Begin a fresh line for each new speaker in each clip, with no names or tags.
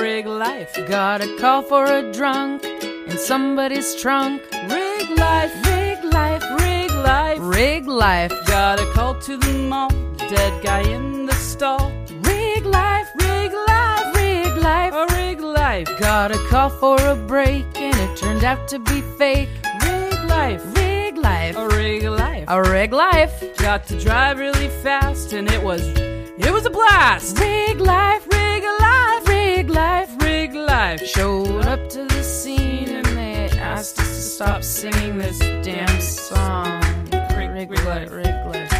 life. Got a call for a drunk in somebody's trunk. Rig life, rig life, rig life, rig life. Got a call to the mall. Dead guy in the stall. Rig life, rig life, rig life, a rig life. Got a call for a break and it turned out to be fake. Rig life, rig life, a rig life, a rig life. Got to drive really fast and it was, it was a blast. Rig life, rig life, rig life, rig life. Showed up to the scene and they asked us to stop singing this damn song. Rig, rig life, rig life.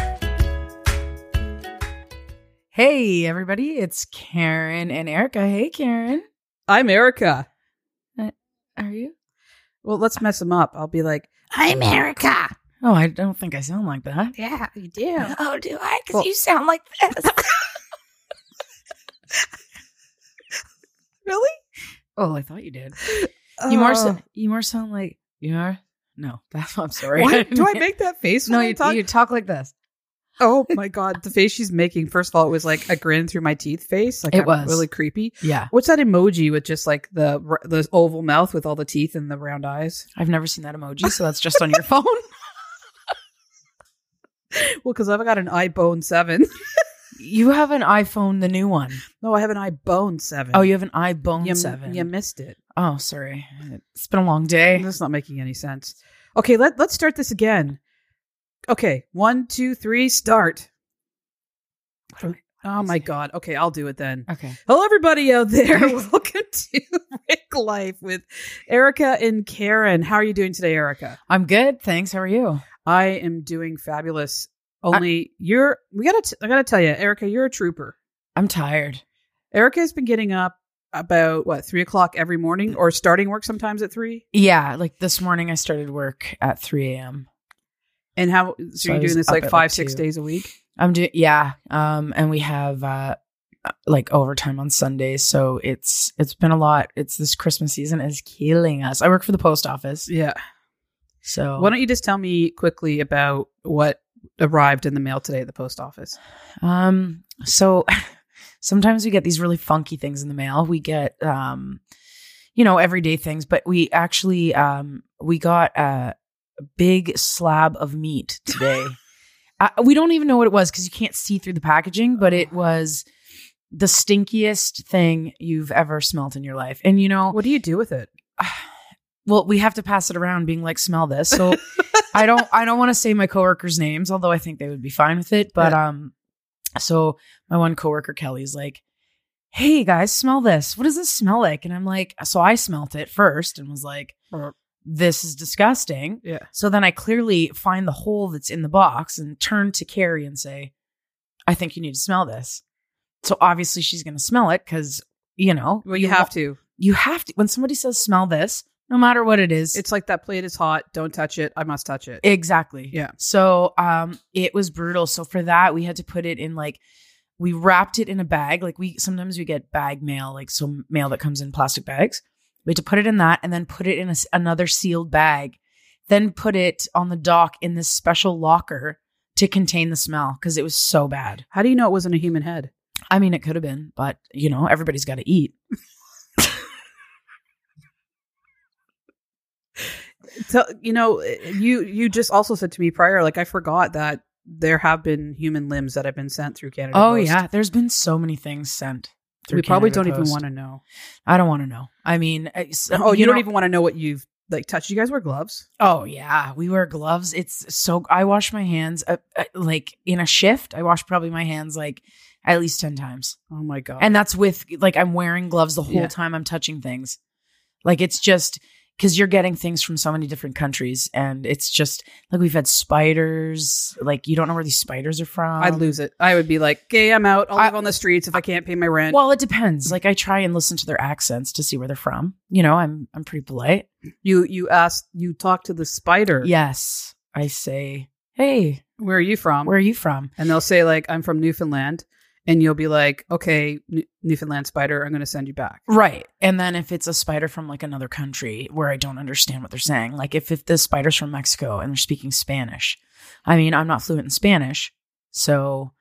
Hey, everybody, it's Karen and Erica. Hey, Karen.
I'm Erica.
Are you?
Well, let's mess them up. I'll be like, I'm Erica.
Oh, I don't think I sound like that.
Yeah, you do.
Oh, do I? Because
Well-
you sound like this.
Really?
Oh, I thought you did.
Oh.
You more,
Oh.
so, you more sound like you are. No, that's I'm sorry.
Why do I make that face?
No,
When I
you
talk?
you talk like this.
Oh my god, the face she's making. First of all, it was like a grin through my teeth face. Like
It
I'm
was.
really creepy.
Yeah,
What's that emoji with just like the r- the oval mouth with all the teeth and the round eyes?
I've never seen that emoji, so that's just on your phone.
Well, because I've got an iBone seven.
You have an iPhone, the new one.
no, I have an iBone seven.
Oh, you have an iBone
you,
seven.
You missed it.
oh, sorry. It's been a long day.
That's not making any sense. Okay, let let's start this again. Okay, one, two, three, start.
What am I-
Oh my god. Okay, I'll do it then.
Okay.
Hello, everybody out there. Welcome to Rick Life with Erica and Karen. How are you doing today, Erica?
I'm good. Thanks. How are you?
I am doing fabulous. Only you're. We gotta. T- I gotta tell you, Erica, you're a trooper.
I'm tired.
Erica has been getting up about what three o'clock every morning,
Mm.
or starting work sometimes at three.
Yeah, like this morning I started work at 3 a.m.
And how? So,
So I
you're
was
doing this
up
like
at, like,
five, six
two.
days a week.
I'm doing yeah. Um and we have uh like overtime on Sundays, so it's it's been a lot. It's this Christmas season is killing us. I work for the post office.
Yeah.
So
Why don't you just tell me quickly about what arrived in the mail today at the post office?
um so sometimes we get these really funky things in the mail. We get um you know, everyday things, but we actually um we got a big slab of meat today. uh, we don't even know what it was cuz you can't see through the packaging, but it was the stinkiest thing you've ever smelt in your life. And you know,
What do you do with it?
well, we have to pass it around being like, smell this. So I don't I don't want to say my coworkers' names, although I think they would be fine with it. But um so my one coworker Kelly's like, Hey guys, smell this. What does this smell like? And I'm like, so I smelt it first and was like,
Burp.
This is disgusting.
Yeah.
So then I clearly find the hole that's in the box and turn to Carrie and say, I think you need to smell this. So obviously she's gonna smell it because you know
Well, you
wa-
have to.
you have to when somebody says smell this no matter what it is
It's like that plate is hot. Don't touch it. I must touch it.
exactly
Yeah.
so um it was brutal so for that we had to put it in like we wrapped it in a bag like we sometimes we get bag mail like some mail that comes in plastic bags we had to put it in that and then put it in a s another sealed bag then put it on the dock in this special locker to contain the smell because it was so bad
How do you know it wasn't a human head?
i mean it could have been but you know everybody's got to eat
So, you know, eh, you you just also said to me prior, like I forgot that there have been human limbs that have been sent through Canada.
oh
Post.
yeah there's been so many things sent
we probably don't even
to.
want to know.
I don't want to know. I mean, it's-
Oh, you, don't
know-
even want to know what you've like touched. You guys wear gloves.
Oh yeah, we wear gloves. It's so. I wash my hands uh, uh, like in a shift. I wash probably my hands like at least ten times,
Oh my god.
and that's with like I'm wearing gloves the whole
Yeah.
time I'm touching things. Like it's just because you're getting things from so many different countries, and it's just like we've had spiders. Like you don't know where these spiders are from.
I'd lose it. I would be like, okay, I'm out. I'll
I-
live on the streets if um, I can't pay my rent.
Well, it depends. Like I try and listen to their accents to see where they're from. You know, I'm I'm pretty polite.
you you asked you talk to the spider.
Yes, I say, hey,
Where are you from?
where are you from?
and they'll say like I'm from Newfoundland, and you'll be like, okay, New- Newfoundland spider, I'm going to send you back.
Right. And then if it's a spider from like another country where I don't understand what they're saying, like if, if the spider's from Mexico and they're speaking Spanish, I mean, I'm not fluent in Spanish. So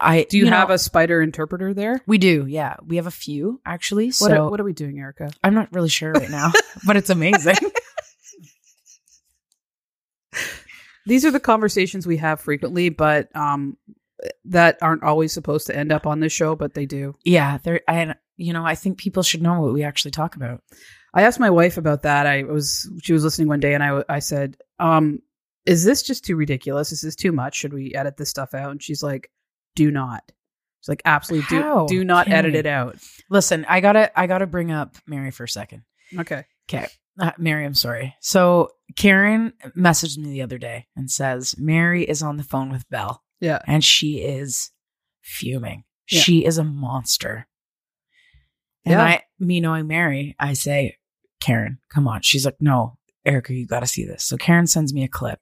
I
Do you,
know,
have a spider interpreter there?
We do, yeah. We have a few actually.
What,
so
are, what are we doing, Erica?
I'm not really sure right now, but it's amazing.
These are the conversations we have frequently, but um, that aren't always supposed to end up on this show, but they do.
yeah, there and you know, I think people should know what we actually talk about.
I asked my wife about that. I was she was listening one day, and I I said, um, "Is this just too ridiculous? Is this too much? Should we edit this stuff out?" And she's like, "Do not." She's like, "Absolutely,
How
do do not
can
edit
we?
it out."
Listen, I gotta I gotta bring up Mary for a second.
Okay.
Okay. Uh, Mary, I'm sorry. So Karen messaged me the other day and says Mary is on the phone with Belle
Yeah.
and she is fuming.
Yeah.
She is a monster. And
Yeah.
I, me knowing Mary, I say, Karen, come on. She's like, no, Erica, you got to see this. So Karen sends me a clip.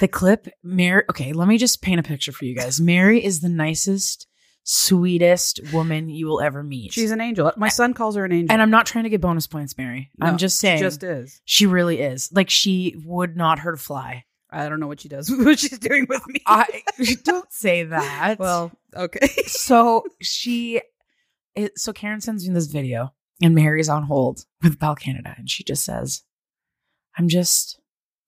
the clip, Mary, okay, let me just paint a picture for you guys. Mary is the nicest, sweetest woman you will ever meet.
She's an angel. My son calls her an angel.
and I'm not trying to get bonus points, Mary.
No,
I'm just saying.
she just is.
She really is. Like she would not hurt a fly.
I don't know what she does, what she's doing with me.
I don't say that.
well, okay.
so she, it, so Karen sends me this video, and Mary's on hold with Bell Canada, and she just says, "I'm just."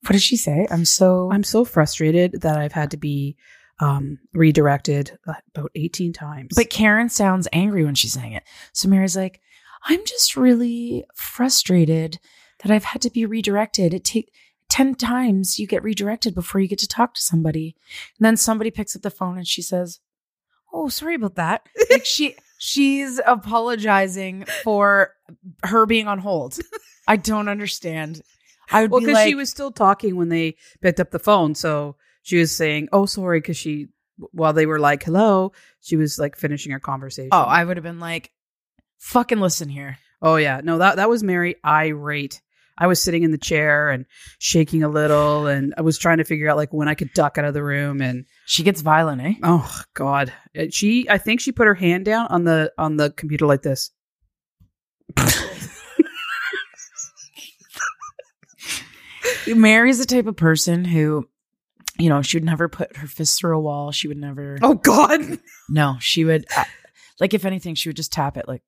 What did she say? I'm so.
I'm so frustrated that I've had to be um, redirected uh, about 18 times.
but Karen sounds angry when she's saying it. So Mary's like, "I'm just really frustrated that I've had to be redirected. It take." 10 times you get redirected before you get to talk to somebody. And then somebody picks up the phone and she says, "Oh, sorry about that." Like she she's apologizing for her being on hold. I don't understand. I would
well,
be
because
like,
she was still talking when they picked up the phone, so she was saying, "Oh, sorry," because she while they were like, "Hello," she was like finishing her conversation.
"Oh, I would have been like, fucking listen here."
oh yeah, no, that that was Mary irate. I was sitting in the chair and shaking a little, and I was trying to figure out like when I could duck out of the room. And
She gets violent, eh?
oh god, It- she I think she put her hand down on the on the computer like this.
Mary's the type of person who, you know, she would never put her fist through a wall. She would never.
Oh god,
No, she would. uh, like if anything, she would just tap it. Like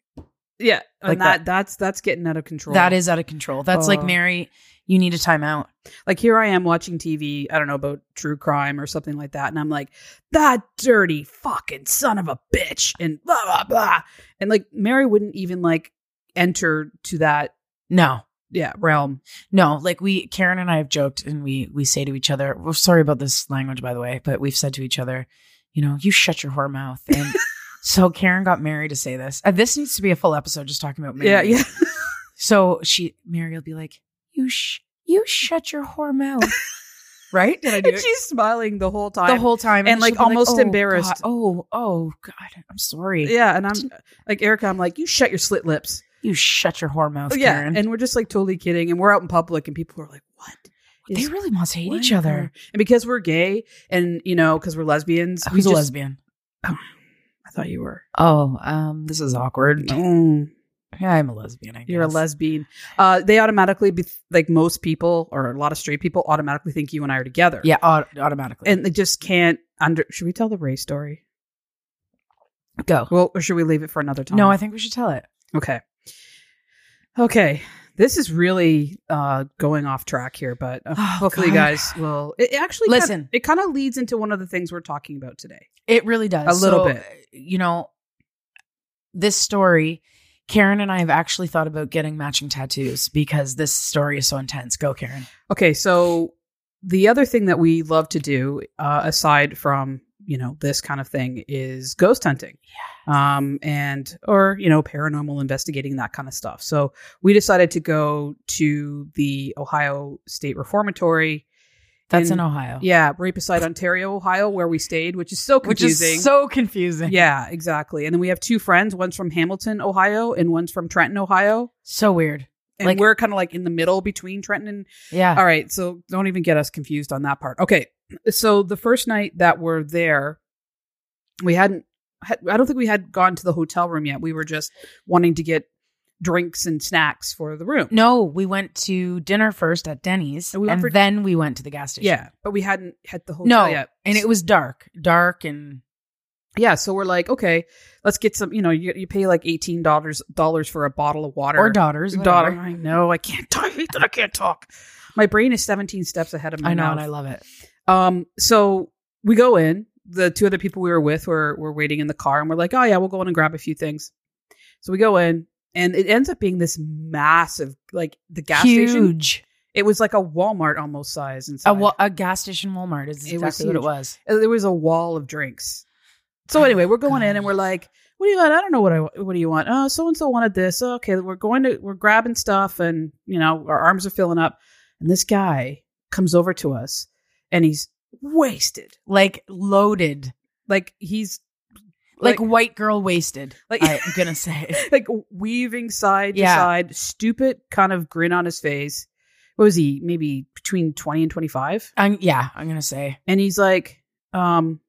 yeah,
Like
and that, that's that's getting out of control.
that is out of control. That's like
Oh.
Mary. You need a timeout.
Like here I am watching TV, I don't know about true crime or something like that, and I'm like, that dirty fucking son of a bitch, and blah blah blah, and like Mary wouldn't even like enter to that
No,
yeah realm.
no. Like we, Karen and I have joked, and we we say to each other, "We're sorry about this language, by the way," but we've said to each other, you know, you shut your whore mouth. And so Karen got Mary to say this. Uh, this needs to be a full episode just talking about Mary.
Yeah, yeah.
So she, Mary will be like, you, sh- you shut your whore mouth. right? Did I do
And
it?
she's smiling the whole time.
the whole time.
and, like,
she'll be
almost
"Oh, God.
embarrassed."
Oh, oh God. I'm sorry.
yeah, and I'm like Erica. I'm like, you shut your slit lips. Oh,
You shut your whore mouth,
yeah,
Karen.
and we're just like totally kidding, and we're out in public, and people are like, "What?"
they
is
really must hate
wrong
each
with
other.
her?" And because we're gay, and you know, because we're lesbians, we
Who's a
just-
lesbian?
I thought you were.
Oh, um, this is awkward.
Mm.
Yeah, I'm a lesbian. I
You're a
guess.
lesbian. Uh, they automatically, be, like most people or a lot of straight people, automatically think you and I are together.
Yeah, au- automatically.
and they just can't under. Should we tell the Ray story?
go.
Well, or should we leave it for another time?
No, I think we should tell it.
okay, okay. This is really uh, going off track here, but uh,
Oh,
hopefully, you
God.
guys will. It actually kinda-
Listen.
it kind of leads into one of the things we're talking about today.
It really does.
A little
So,
bit.
You know, this story, Karen and I have actually thought about getting matching tattoos because this story is so intense. Go, Karen.
Okay, so the other thing that we love to do, uh, aside from you know this kind of thing, is ghost hunting, um, and or you know paranormal investigating that kind of stuff. So we decided to go to the Ohio State Reformatory.
That's in,
in-
Ohio.
Yeah, right beside Ontario, Ohio, where we stayed, which is so
Which
confusing.
is so confusing.
yeah, exactly. And then we have two friends. One's from Hamilton, Ohio, and one's from Trenton, Ohio.
So weird.
And
Like-
we're kind of like in the middle between Trenton and
Yeah.
all right, so don't even get us confused on that part. Okay, so the first night that we're there, we hadn't. Had, I don't think we had gone to the hotel room yet. We were just wanting to get drinks and snacks for the room.
No, we went to dinner first at Denny's
And we went
and
for-
then we went to the gas station.
yeah, but we hadn't had the hotel
No.
yet.
And it was dark, dark and
yeah, so we're like, okay, let's get some. You know, you, you pay like eighteen dollars dollars for a bottle of water
Or daughters.
daughter.
whatever.
I know. I can't. Talk. I hate that I can't talk. My brain is 17 steps ahead of my
I know,
mouth.
and I love it.
Um, so we go in. The two other people we were with were were waiting in the car, and we're like, "Oh yeah, we'll go in and grab a few things." So we go in, and it ends up being this massive, like the gas station.
Huge.
It was like a Walmart almost size, and
A, wa- a gas station Walmart is
It was
exactly what it
huge.
was.
there was a wall of drinks. So anyway, we're going in, and we're like, "What do you want? I don't know what I wa- what do you want? Oh, so and so wanted this. Oh, okay, we're going to we're grabbing stuff, and you know our arms are filling up, and this guy comes over to us, and he's wasted,
Like loaded.
like he's
Like,
Like-
white girl wasted.
like
I'm gonna say.
like weaving side
Yeah.
to side, stupid kind of grin on his face. What was he? Maybe between twenty and twenty five,
I'm yeah, I'm gonna say.
and he's like, um.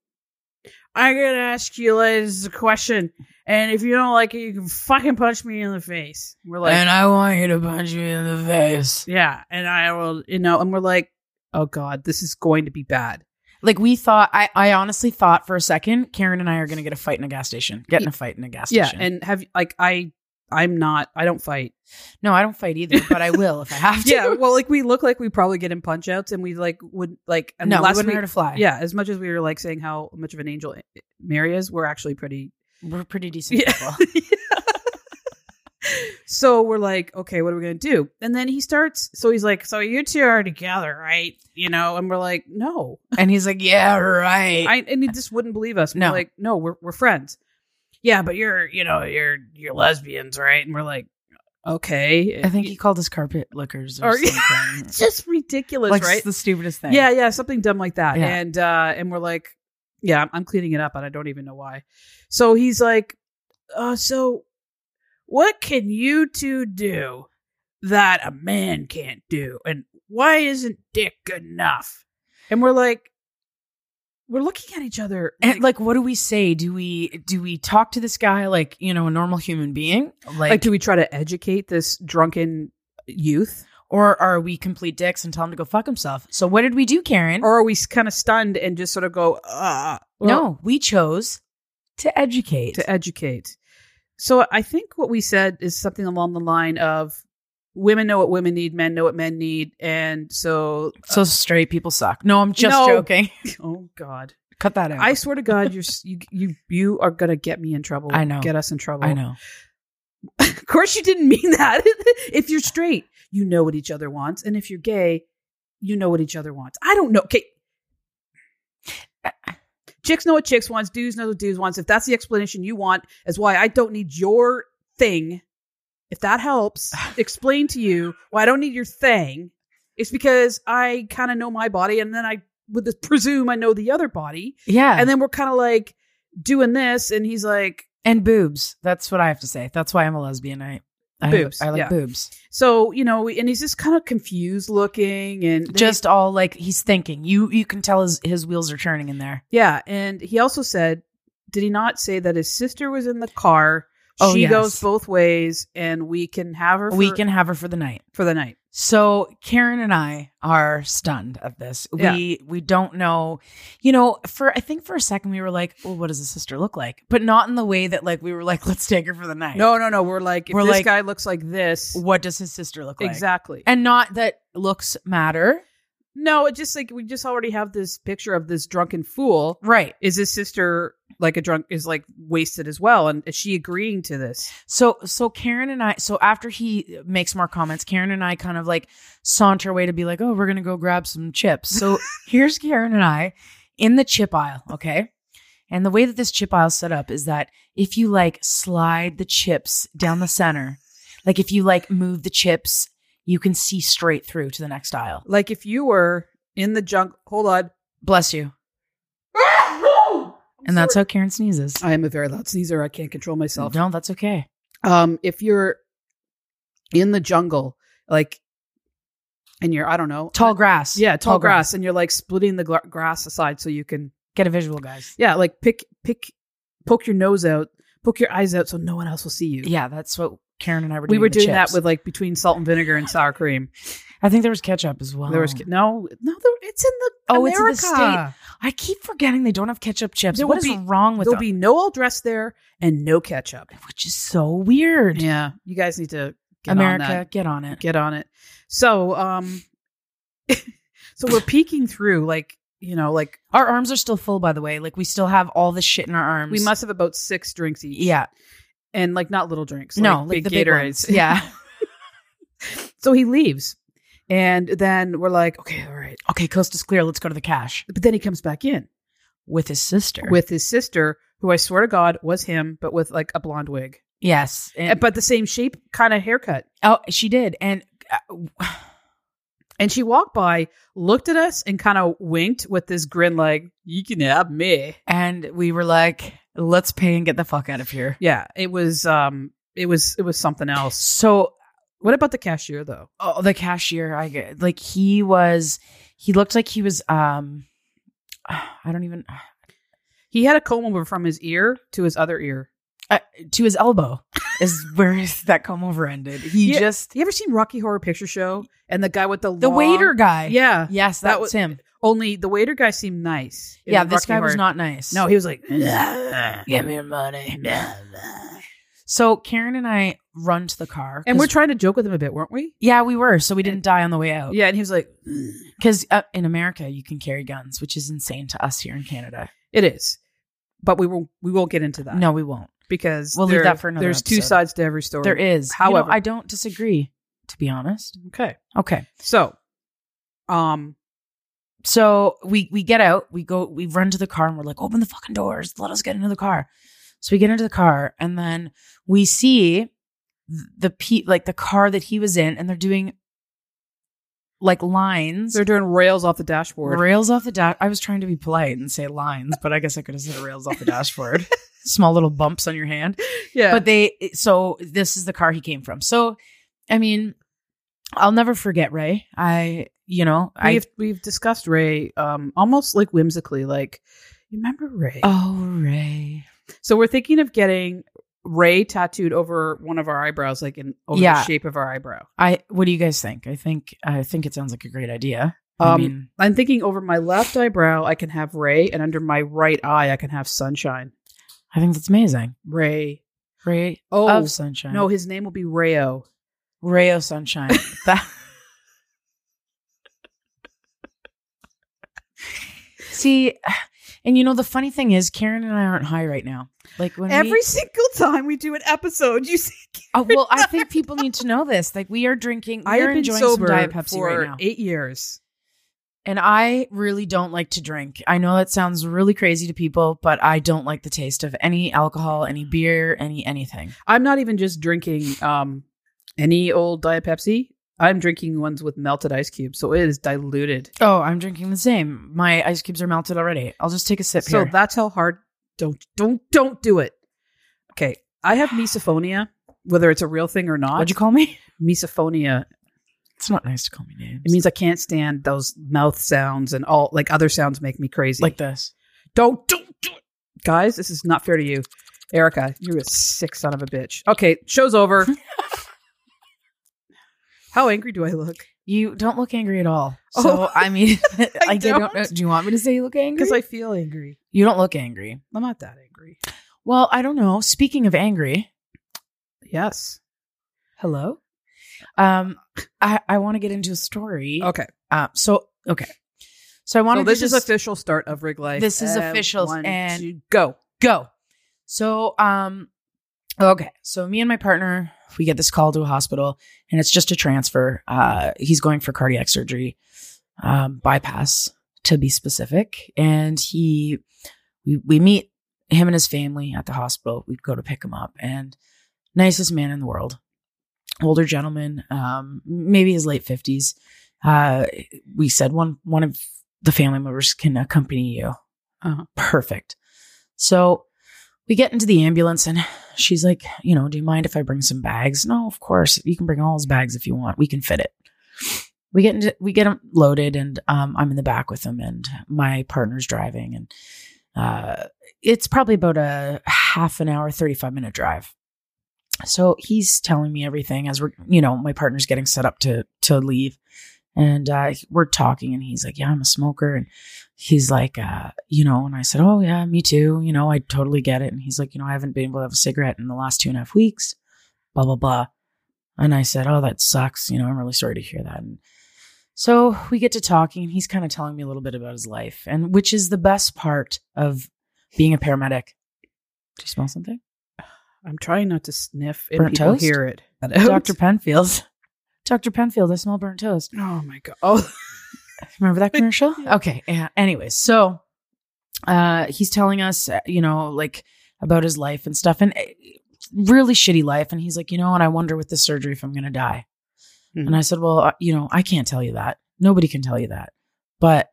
I'm gonna ask you ladies a question, and if you don't like it, you can fucking punch me in the face. We're like,
I want you to punch me in the face.
yeah, and I will, you know, and we're like, oh god, this is going to be bad.
Like we thought I, I honestly thought for a second Karen and I are gonna get a fight in a gas station. Get in a fight in a gas
Yeah,
station.
and have like I, I'm not, I don't fight.
no, I don't fight either, but I will if I have to.
Yeah, well, like we look like we probably get in punch outs, and we like would like, and
no, we
last
wouldn't
week-
hurt a fly.
yeah, as much as we were like saying how much of an angel Mary is, we're actually pretty.
We're pretty decent
Yeah.
people.
so we're like, okay, what are we gonna do? And then he starts. So he's like, so you two are together, right? You know, and we're like, no,
And he's like, Yeah, right.
I and he just wouldn't believe us. We're
No.
like, no, we're we're friends. Yeah, but you're you know you're you're lesbians, right? And we're like, okay,
I think he called us carpet lickers or,
Or-
something.
it's just ridiculous,
like
right?
the stupidest thing.
Yeah, yeah, something dumb like that.
Yeah.
And uh and we're like, yeah, I'm, I'm cleaning it up and I don't even know why. So he's like, uh so what can you two do that a man can't do? And why isn't dick good enough? And we're like we're looking at each other
And like what do we say? Do we do we talk to this guy like, you know, a normal human being? Like,
like, do we try to educate this drunken youth
or are we complete dicks and tell him to go fuck himself? So what did we do, Karen?
or are we kind of stunned and just sort of go uh
no, we chose to educate.
to educate. So I think what we said is something along the line of women know what women need, men know what men need, and so
so straight people suck. No, I'm just
No.
joking.
oh god,
Cut that out.
I swear to God, you're s- you you you are gonna get me in trouble.
I know.
get us in trouble.
I know.
Of course, you didn't mean that. if you're straight, you know what each other wants, and if you're gay, you know what each other wants. I don't know. Okay. Chicks know what chicks wants. Dudes know what dudes wants. If that's the explanation you want, as why I don't need your thing. If that helps explain to you why I don't need your thing, it's because I kind of know my body, and then I would presume I know the other body,
Yeah.
and then we're kind of like doing this, and he's like,
and boobs. That's what I have to say. That's why I'm a lesbian. I I,
Boobs,
I like
yeah.
boobs.
So you know, and he's just kind of confused looking, and then
Just all like he's thinking. You you can tell his his wheels are turning in there.
he- yeah. And he also said, did he not say that his sister was in the car?
Oh,
she
yes.
goes both ways, and we can have her. For,
we can have her for the night.
for the night.
So Karen and I are stunned at this. We we don't know, you know. For I think for a second we were like, "Well, what does a sister look like?" But not in the way that like we were like, "Let's take her for the night."
No, no, no. We're like, if
We're
this
like-
guy looks like this,
What does his sister look like?
exactly.
And not that looks matter,
no, it just like we just already have this picture of this drunken fool.
right?
Is his sister like a drunk? Is like wasted as well, and is she agreeing to this?
So so Karen and I so after he makes more comments, Karen and I kind of like saunter away to be like, "Oh, we're going to go grab some chips." So here's Karen and I in the chip aisle, okay? And the way that this chip aisle is set up is that if you like slide the chips down the center, like if you like move the chips, you can see straight through to the next aisle.
Like if you were in the junk. Hold on.
Bless you. And that's how Karen sneezes.
I am a very loud sneezer. I can't control myself.
No, that's okay.
um if you're in the jungle like and you're i don't know
Tall grass.
yeah tall, grass, and you're like splitting the gla- grass aside so you can
Get a visual, guys.
yeah like pick pick poke your nose out poke your eyes out so no one else will see you
Yeah, that's what Karen and I were doing.
we were
with the
doing that
chips.
with like between salt and vinegar and sour cream
I think there was ketchup as well.
there was no no there, it It's in the
Oh, it's in the
America.
I keep forgetting they don't have ketchup chips.
There
what
will
is
be-
wrong with
There'll
them?
be no all dressed there and no ketchup.
Which is so weird.
Yeah, you guys need to get
America,
on that.
get on it.
Get on it. So, um, so we're peeking through, like you know, like
Our arms are still full, by the way. Like we still have all the shit in our arms.
we must have about six drinks each.
Yeah.
and like not little drinks.
no, like the big ones. Yeah.
So he leaves, and then we're like, okay, all right.
okay, coast is clear. Let's go to the cash
But then he comes back in
with his sister.
with his sister, who I swear to God was him, but with like a blonde wig, Eh,
yes, and,
but the same shape, kind of haircut.
oh, she did, and uh,
And she walked by, looked at us, and kind of winked with this grin, like, you can have me.
and we were like, let's pay and get the fuck out of here.
Yeah, it was, um, it was, it was something else.
So
What about the cashier though?
oh, the cashier, I get- like he was, he looked like he was, um, I don't even
He had a comb over from his ear to his other ear.
to his elbow is where his, that come over ended. He
Yeah.
just
You ever seen Rocky Horror Picture Show? And the guy with the
the
long-
waiter guy.
Yeah,
Yes,
That
that,
was-
was him.
Only the waiter guy seemed nice. in
yeah, this
Rocky
guy was
Horror.
not nice.
No, he was like,
Give me your money. So Karen and I run to the car.
and we're
'cause- Oh.
trying to joke with him a bit, weren't we?
yeah, we were. So we didn't die on the way out.
Yeah, and he was like,
Because uh, in America, you can carry guns, which is insane to us here in Canada.
it is, but we won't we won't get into that.
No, we won't.
because
We'll leave
there-
that for another
There's two
episode.
sides to every story.
There is. You know,
However-
I don't disagree, to be honest.
Okay,
Okay.
so, um,
So we we get out, we go, we run to the car and we're like, open the fucking doors, let us get into the car. So we get into the car and then we see th- the pe- like the car that he was in and they're doing like lines
they're doing rails off the dashboard.
rails off the dash. I was trying to be polite and say lines, but I guess I could have said rails off the dashboard. Small little bumps on your hand.
yeah,
But they, so this is the car he came from. So, I mean, I'll never forget Ray. I, you know, I.
we've we've discussed Ray, um, almost like whimsically, like you remember Ray.
Oh, Ray.
So we're thinking of getting Ray tattooed over one of our eyebrows, like in over the
Yeah.
shape of our eyebrow.
I. What do you guys think? I think I think it sounds like a great idea. I
Um,
mean,
I'm thinking over my left eyebrow, I can have Ray, and under my right eye, I can have Sunshine.
I think that's amazing.
Ray.
Ray
Oh,
of sunshine.
no, his name will be Rayo.
Ray of sunshine. that. See, and you know the funny thing is, Karen and I aren't high right now. Like when we,
single time we do an episode, you see.
Oh, well, I think people need to know this. Like we are drinking,
I
we
have
are
been
enjoying
sober
some Diet Pepsi
for
right now,
eight years.
and I really don't like to drink. I know that sounds really crazy to people, but I don't like the taste of any alcohol, any beer, any anything.
I'm not even just drinking um, any old Diet Pepsi. I'm drinking ones with melted ice cubes, so it is diluted.
Oh, I'm drinking the same. My ice cubes are melted already. I'll just take a sip
So
here.
that's how hard. Don't don't don't do it. Okay, I have misophonia, whether it's a real thing or not.
What'd you call me?
misophonia
It's not nice to call me names.
It means I can't stand those mouth sounds and all like other sounds make me crazy.
like this.
don't don't do it. Guys, this is not fair to you. Erica, you're a sick son of a bitch. Okay, show's over. How angry do I look?
You don't look angry at all.
Oh.
So I mean, I, don't.
don't.
know. Do you want me to say you look angry?
Because I feel angry.
you don't look angry.
I'm not that angry.
Well, I don't know. Speaking of angry,
Yes.
hello. Um, I I want to get into a story.
Okay.
Uh, so okay. So I want
So
to.
this
just,
is official start of rig life.
This is
Uh,
official
one,
and-
two, go.
go. So, um, okay. So me and my partner, we get this call to a hospital, and it's just a transfer. Uh, he's going for cardiac surgery, um, bypass to be specific, and he, we we meet him and his family at the hospital. We go to pick him up, and nicest man in the world, older gentleman, um, maybe his late fifties. Uh, we said one one of the family members can accompany you.
Uh-huh.
Perfect. So we get into the ambulance and she's like, you know, do you mind if I bring some bags? No, of course. You can bring all his bags if you want. We can fit it. We get into we get him loaded and um, I'm in the back with him and my partner's driving and uh, it's probably about a half an hour, 35 minute drive. So he's telling me everything as we're, you know, my partner's getting set up to to leave. And uh, we're talking, and he's like, "Yeah, I'm a smoker," and he's like, uh, "You know," and I said, "Oh yeah, me too. You know, I totally get it." And he's like, "You know, I haven't been able to have a cigarette in the last two and a half weeks." Blah blah blah. And I said, "Oh, that sucks. You know, I'm really sorry to hear that." And so we get to talking, and he's kind of telling me a little bit about his life, and which is the best part of being a paramedic. Do you smell something?
I'm trying not to sniff and
Burnt
people
toast?
hear it.
Dr. Penfield. Dr. Penfield, I smell burnt toast.
Oh my god. Oh,
Remember that commercial? Okay. Yeah. Anyways, so uh, he's telling us, uh, you know, like about his life and stuff and uh, really shitty life. And he's like, you know, and I wonder with this surgery if I'm going to die.
Hmm.
And I said, well, uh, you know, I can't tell you that. Nobody can tell you that. But,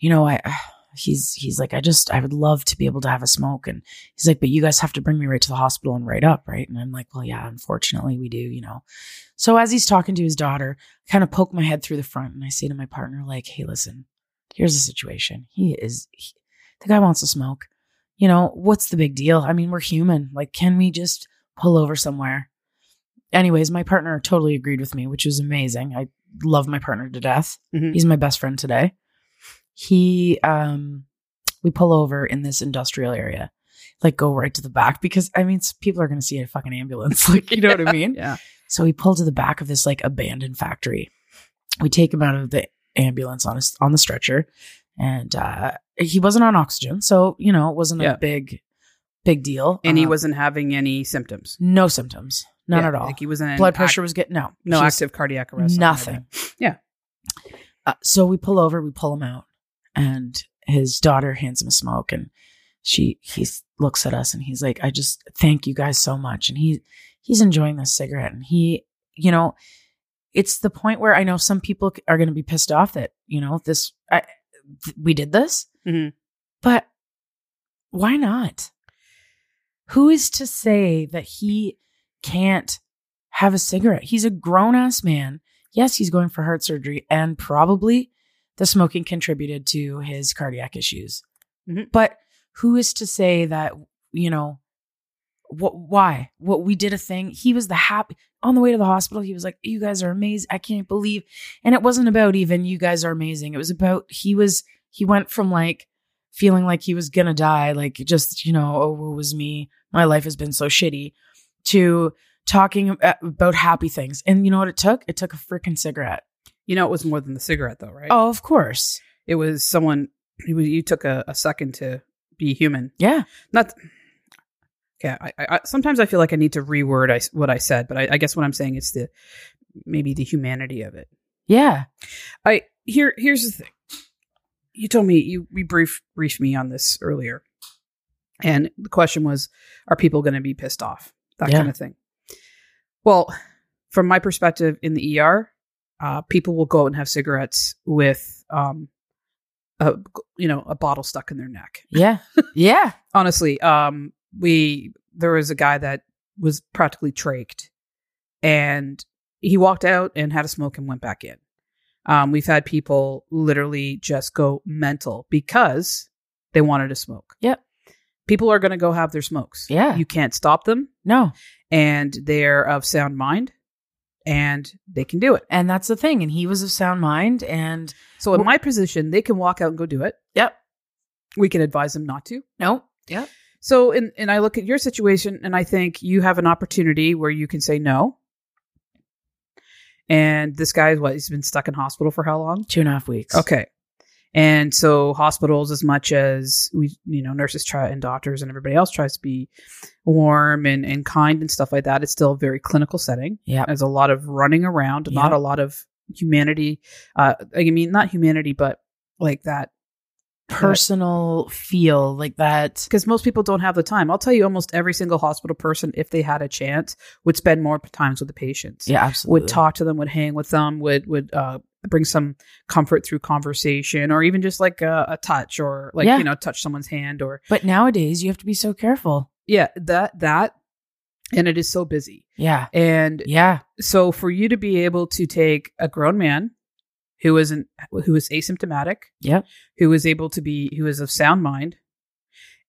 you know, I. uh, He's he's like I just I would love to be able to have a smoke and he's like but you guys have to bring me right to the hospital and right up right and I'm like well yeah unfortunately we do you know so as he's talking to his daughter, I kind of poke my head through the front and I say to my partner, like, hey, listen, here's the situation. He is, he, the guy wants to smoke. You know, what's the big deal? I mean, we're human. Like, can we just pull over somewhere? Anyways, my partner totally agreed with me, which was amazing. I love my partner to death.
Mhm.
He's my best friend today. He, um, we pull over in this industrial area, like go right to the back because I mean, s- people are going to see a fucking ambulance. Like, you know what I mean?
yeah.
So we pull to the back of this like abandoned factory. We take him out of the ambulance on his, on the stretcher, and uh, he wasn't on oxygen, so you know it wasn't
Yeah.
a big big deal.
And he
Uh,
wasn't having any symptoms.
no symptoms, none
Yeah,
at all.
Like he wasn't in
Blood
ac-
pressure was good. No,
no
he was
active cardiac arrest.
nothing.
Yeah.
Uh, so we pull over, we pull him out, and his daughter hands him a smoke, and she he looks at us, and he's like, "I just thank you guys so much," and he he's enjoying this cigarette, and he, you know, it's the point where I know some people c- are going to be pissed off that you know this I, th- we did this,
Mhm.
but why not? Who is to say that he can't have a cigarette? He's a grown ass man yes, he's going for heart surgery and probably the smoking contributed to his cardiac issues.
Mhm.
But who is to say that, you know, what, why? What we did a thing. He was the happy on the way to the hospital. He was like, You guys are amazing. I can't believe. And it wasn't about even you guys are amazing. It was about he was, he went from like feeling like he was going to die, like just, you know, oh, woe was me. My life has been so shitty to talking a- about happy things. And you know what it took? It took a freaking cigarette.
You know, it was more than the cigarette, though, right?
Oh, of course.
It was someone. You you took a, a second to be human.
Yeah.
Not. Yeah. I, I, I- sometimes I feel like I need to reword I, what I said, but I, I guess what I'm saying is the maybe the humanity of it.
Yeah.
I here here's the thing. You told me you we brief briefed me on this earlier, and the question was, are people going to be pissed off? That
Yeah.
kind of thing. Well, from my perspective in the ER, uh, people will go out and have cigarettes with, um, a you know a bottle stuck in their neck
Yeah. Yeah.
honestly um we there was a guy that was practically traked and he walked out and had a smoke and went back in um we've had people literally just go mental because they wanted to smoke
Yep.
people are going to go have their smokes
Yeah.
you can't stop them
No.
and they're of sound mind and they can do it
And that's the thing. And he was of sound mind. And
so in my position they can walk out and go do it
Yep.
we can advise them not to
no.
So, and and I look at your situation, and I think you have an opportunity where you can say no. And this guy is what he's been stuck in hospital for how long?
Two and a half weeks.
Okay, and so hospitals, as much as we, you know, nurses try and doctors and everybody else tries to be warm and and kind and stuff like that, it's still a very clinical setting.
Yeah.
There's a lot of running around, not
Yeah.
a lot of humanity. Uh, I mean, not humanity, but like that
Personal feel like that.
because most people don't have the time. I'll tell you, almost every single hospital person, if they had a chance, would spend more times with the patients.
Yeah. Absolutely.
Would talk to them, would hang with them, would would uh, bring some comfort through conversation, or even just like uh, a, a touch, or like
Yeah.
you know, touch someone's hand, or
But nowadays, you have to be so careful.
yeah, that that. And it is so busy,
Yeah.
and
Yeah.
so for you to be able to take a grown man who isn't who is asymptomatic
Yep.
who is able to be who is of sound mind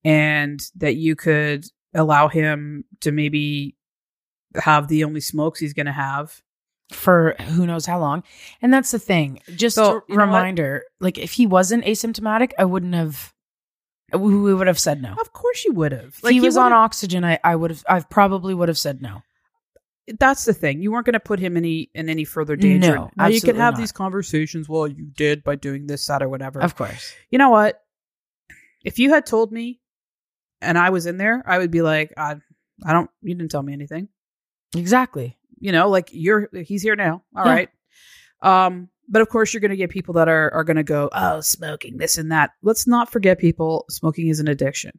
and that you could allow him to maybe have the only smokes he's going to have
for who knows how long. And that's the thing. Just
So,
a
you know what?
reminder, like if he wasn't asymptomatic, I wouldn't have we we would have said no.
Of course you would have.
if he was on
would've-
oxygen, I, I would have I probably would have said no.
That's the thing. You weren't going to put him any in any further danger.
No,
now you could
absolutely
have
not.
these conversations. Well, you did by doing this, that, or whatever.
Of course.
you know what? If you had told me, and I was in there, I would be like, I, I don't. You didn't tell me anything.
Exactly.
You know, like you're. He's here now. All
Yeah.
right. Um. But of course, you're going to get people that are are going to go, oh, smoking this and that. Let's not forget, people, smoking is an addiction.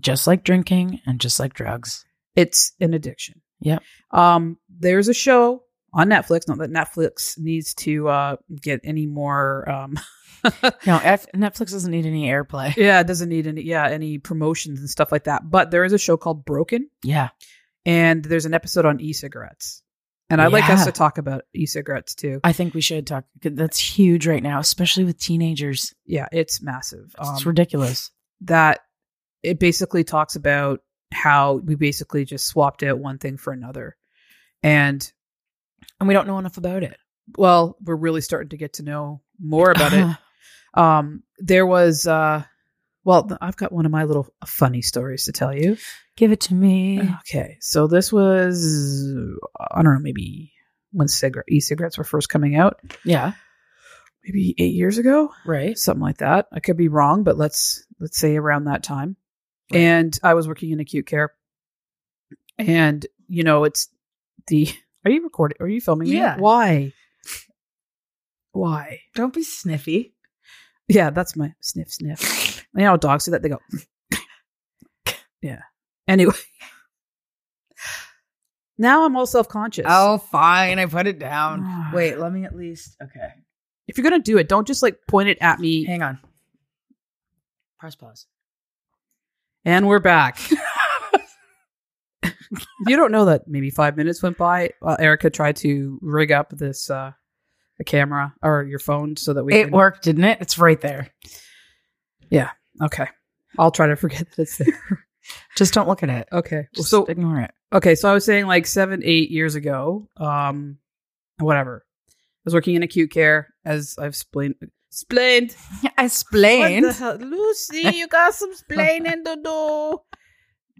Just like drinking and just like drugs.
it's an addiction.
Yep.
Um, there's a show on Netflix. Not that Netflix needs to uh, get any more. Um,
No, F- Netflix doesn't need any airplay.
yeah, it doesn't need any. Yeah, any promotions and stuff like that. But there is a show called Broken,
Yeah.
and there's an episode on e-cigarettes. And I'd like us
Yeah.
to talk about e-cigarettes too.
I think we should talk. That's huge right now, especially with teenagers.
Yeah, it's massive.
It's
Um,
ridiculous.
that it basically talks about how we basically just swapped out one thing for another, and
And we don't know enough about it.
well, we're really starting to get to know more about it. um there was uh well th- i've got one of my little funny stories to tell you
Give it to me.
okay so this was i don't know maybe when cigarette e-cigarettes were first coming out
Yeah.
maybe eight years ago
Right.
something like that i could be wrong but let's let's say around that time
Right.
and i was working in acute care and you know it's the are you recording are you filming me?
Yeah.
why why
Don't be sniffy.
Yeah, that's my sniff sniff. you know how dogs do that? They go Yeah. Anyway. Now I'm all self conscious.
Oh, fine. I put it down.
Wait.
let me at least. Okay.
If you're gonna do it, don't just like point it at me.
Hang on. Press pause.
And we're back. you don't know that maybe five minutes went by while Erica tried to rig up this uh the camera or your phone so that we
it
can-
worked, didn't it? It's right there.
Okay. I'll try to forget that it's there.
Just don't look at it.
Okay.
Just
so
ignore it.
okay so i was saying like seven eight years ago um whatever i was working in acute care as i've explained explained
I explained.
lucy you got some splaining to do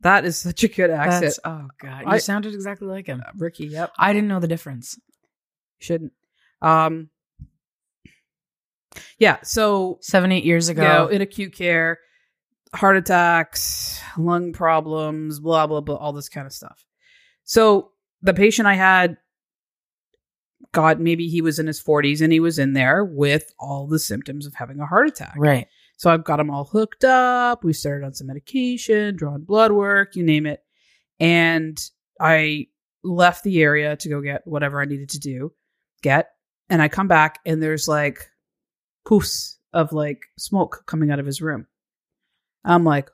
that is such a good accent
That's, oh god, you
I-
sounded exactly like him.
ricky yep
I didn't know the difference.
shouldn't um yeah so
Seven, eight years
you know,
ago.
in acute care heart attacks lung problems blah blah blah all this kind of stuff so the patient i had god maybe he was in his 40s and he was in there with all the symptoms of having a heart attack
right.
so i've got him all hooked up we started on some medication drawn blood work you name it and i left the area to go get whatever i needed to do get and i come back and there's like poofs of like smoke coming out of his room i'm like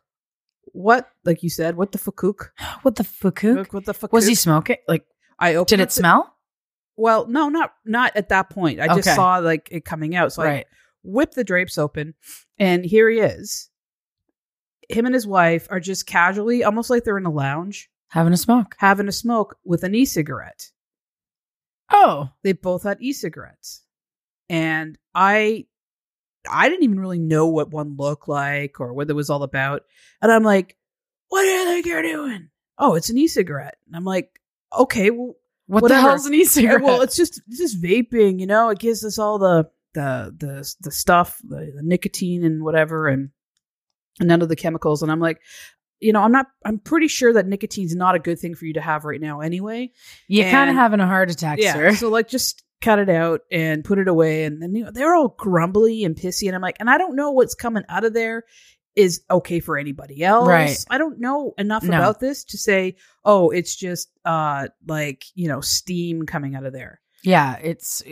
what like you said what the fukook
What the fuku?
Look, what the fuck
Was he smoking? Like,
i opened
did
up
it
the-
smell?
well no not not at that point i just
Okay.
saw like it coming out so i
right.
whip the drapes open, and here he is. Him and his wife are just casually, almost like they're in a lounge,
Having a smoke.
having a smoke with an e cigarette.
Oh,
They both had e cigarettes. And I I didn't even really know what one looked like or what it was all about. And I'm like, what do you think you're doing? Oh, it's an e cigarette. And I'm like, okay, well,
what
Whatever.
the hell's an e-cigarette?
well, it's just it's just vaping, you know. It gives us all the the the the stuff, the, the nicotine and whatever, and, and none of the chemicals. And I'm like, you know, I'm not. I'm pretty sure that nicotine's not a good thing for you to have right now, anyway.
You're kind of
and-
having a heart attack,
Yeah.
sir.
So like, just cut it out and put it away. And then you know, they're all grumbly and pissy, and I'm like, and I don't know what's coming out of there is okay for anybody else.
Right.
I don't know enough
No.
about this to say, oh, it's just uh like, you know, steam coming out of there
Yeah, it's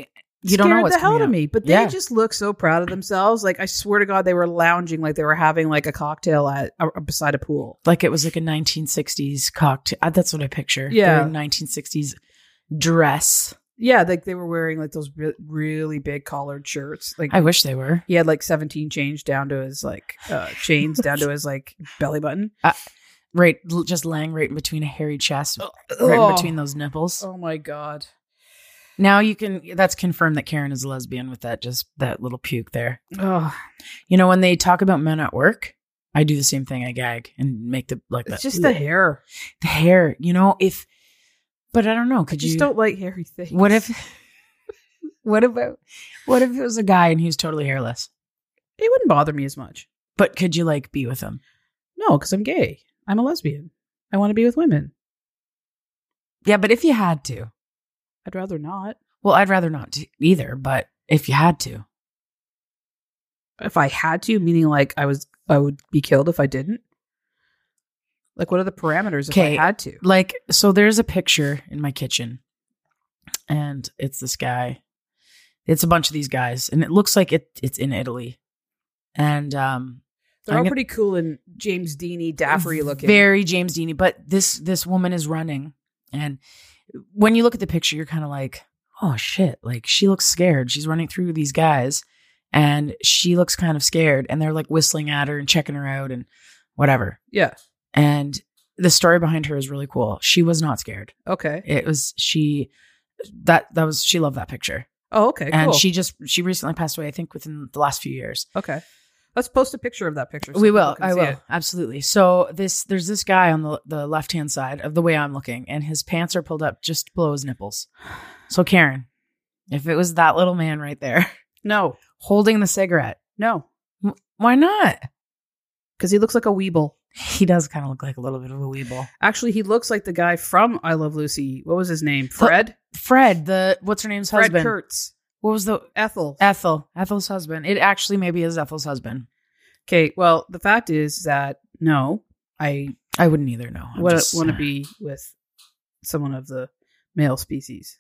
you don't know
scared
what's
the hell
coming
to
out.
me. But they
Yeah.
just look so proud of themselves. Like I swear to God, they were lounging like they were having like a cocktail at uh, beside a pool.
like it was like a 1960s cocktail. uh, That's what I picture.
Yeah.
They're in 1960s dress.
Yeah, like they were wearing like those re- really big collared shirts. Like
I wish they were.
he had like seventeen change down to his like uh, chains down to his like belly button.
Right, l- just laying right in between a hairy chest, right in between those nipples.
Oh my god.
Now you can. That's confirmed that Karen is a lesbian with that just that little puke there.
Oh,
You know when they talk about men at work, I do the same thing. I gag and make the like
it's
the,
just the hair.
the hair. You know if, but I don't know.
I
Could
just
you?
don't like hairy things.
What if? What about? What if it was a guy and he was totally hairless?
it wouldn't bother me as much?
But could you like be with him?
No, because I'm gay. I'm a lesbian. I want to be with women.
Yeah, but if you had to,
I'd rather not.
well, I'd rather not to either. But if you had to,
If I had to, meaning like I was, I would be killed if I didn't. Like, what are the parameters if
Okay.
I had to?
like so there's a picture in my kitchen and it's this guy it's a bunch of these guys and it looks like it it's in italy and um
They're
I'm
all
gonna-
pretty cool and James Deany, Daffrey looking.
very james dean but this this woman is running and when you look at the picture you're kind of like oh shit like she looks scared she's running through these guys and she looks kind of scared and they're like whistling at her and checking her out and whatever
yeah.
and the story behind her is really cool she was not scared
Okay.
it was she that that was she loved that picture
Oh, okay. Cool.
and she just she recently passed away i think within the last few years
okay. Let's post a picture of that picture. so
we
people
will
can
i
see
will
it.
absolutely so this there's this guy on the, the left hand side of the way i'm looking and his pants are pulled up just below his nipples so karen if it was that little man right there
No,
holding the cigarette
no,
why not
because he looks like a weeble.
he does kind of look like a little bit of a weeble
Actually, he looks like the guy from I Love Lucy. What was his name? Fred.
fred the what's her name's
Fred
husband
Kurtz.
what was the
Ethel.
ethel ethel's husband it actually maybe is ethel's husband
Okay. Well, the fact is that no, I
i wouldn't either know I'm
want
just-
to be with someone of the male species.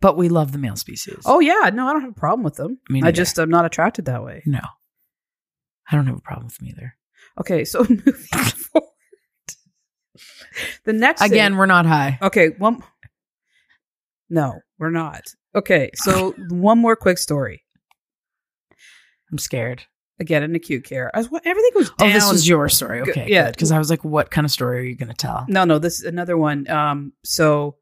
but we love the male species.
Oh yeah, no, I don't have a problem with them.
Me
I
neither.
just I'm not attracted that way.
no, I don't have a problem with them either.
Okay, so moving forward, the next thing-
Again, we're not high.
Okay, one. No, we're not. Okay, so one more quick story.
I'm scared.
Again, in acute care, I was, everything goes down.
Oh, this was your story.
G-
Okay,
yeah. Mm.
yeah. Because I was like, what kind of story are you going to tell?
no, no, this is another one. Um, so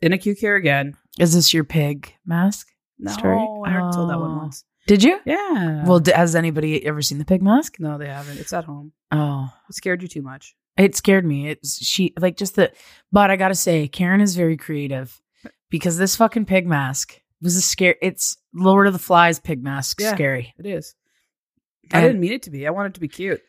in acute care again.
Is this your pig mask?
No,
Story?
I already told that one
Oh.
once.
Did you?
Yeah.
Well, d- has anybody ever seen the pig mask?
no, they haven't. It's at home.
Oh,
It scared you too much.
it scared me. It's she like just the. But I gotta say, Karen is very creative because this fucking pig mask was a scare. It's Lord of the Flies pig mask.
Yeah.
Scary,
It is. I
And-
didn't mean it to be. I wanted it to be cute.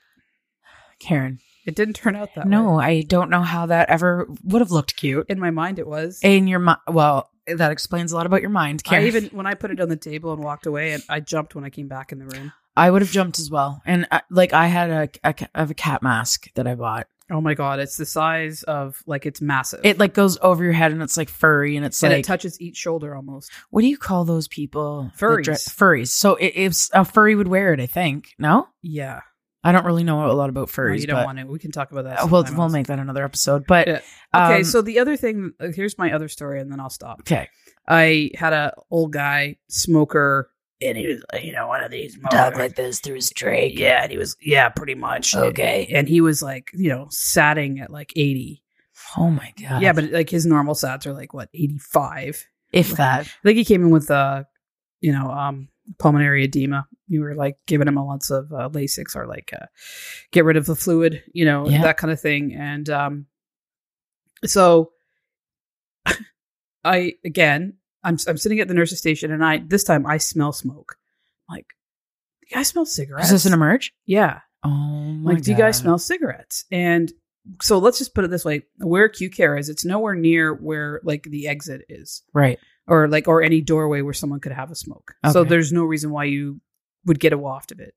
Karen.
It didn't turn out that way.
No, I don't know how that ever would have looked cute.
In my mind, it was.
in your mind. Well, that explains a lot about your mind. Karen.
I even when I put it on the table and walked away, and I jumped when I came back in the room.
I would have jumped as well. And I, like I had a, a ca- I have a cat mask that I bought.
Oh my god, it's the size of like it's massive.
It like goes over your head and it's like furry and it's
and
like
it touches each shoulder almost.
what do you call those people? that dre-
Furries.
furries. So it, it's a furry would wear it. I think. No,
Yeah,
I don't really know a lot about
No,
furries.
you don't
but-
want it. We can talk about that.
Uh, We'll
sometime
we'll
else.
make that another episode. But
Yeah. Okay,
um,
so the other thing uh, here's my other story, and then I'll stop.
okay,
I had a old guy smoker, and he was you know one of these
Dog
motherfuckers.
like this through his trach.
yeah, and he was yeah, pretty much
Okay.
And he was like you know satting at like eighty.
oh my god,
Yeah, but like his normal sats are like what eighty five.
if that
I think he came in with uh, you know, um, pulmonary edema. You were like giving him lots of uh, Lasix or like uh, get rid of the fluid, you know,
Yeah.
that kind of thing. And um, so I again, I'm I'm sitting at the nurse's station, and I this time I smell smoke. I'm like, do you guys smell cigarettes?
is this an emerge?
yeah.
Oh my
Like, do you guys
God.
smell cigarettes? And so let's just put it this way: where Q Care is, it's nowhere near where like the exit is
right?
or like or any doorway where someone could have a smoke. So
Okay.
there's no reason why you would get a waft of it.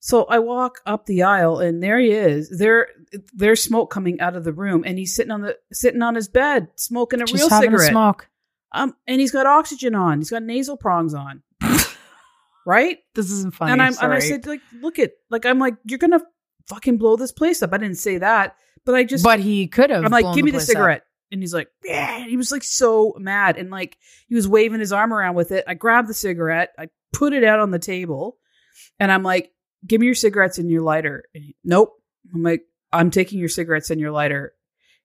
So I walk up the aisle and there he is. There there's smoke coming out of the room and he's sitting on the sitting on his bed smoking a
Just
real
having a
cigarette.
smoke.
um and he's got oxygen on. He's got nasal prongs on. right?
This isn't funny.
and I'm and I
sorry.
said like look at like I'm like you're going to fucking blow this place up. I didn't say that, but I just
but he could have.
I'm like,
blown
give me the
place up.
cigarette. And he's like, yeah. He was like so mad. And like, he was waving his arm around with it. I grabbed the cigarette. I put it out on the table. And I'm like, give me your cigarettes and your lighter. And he, nope. I'm like, I'm taking your cigarettes and your lighter.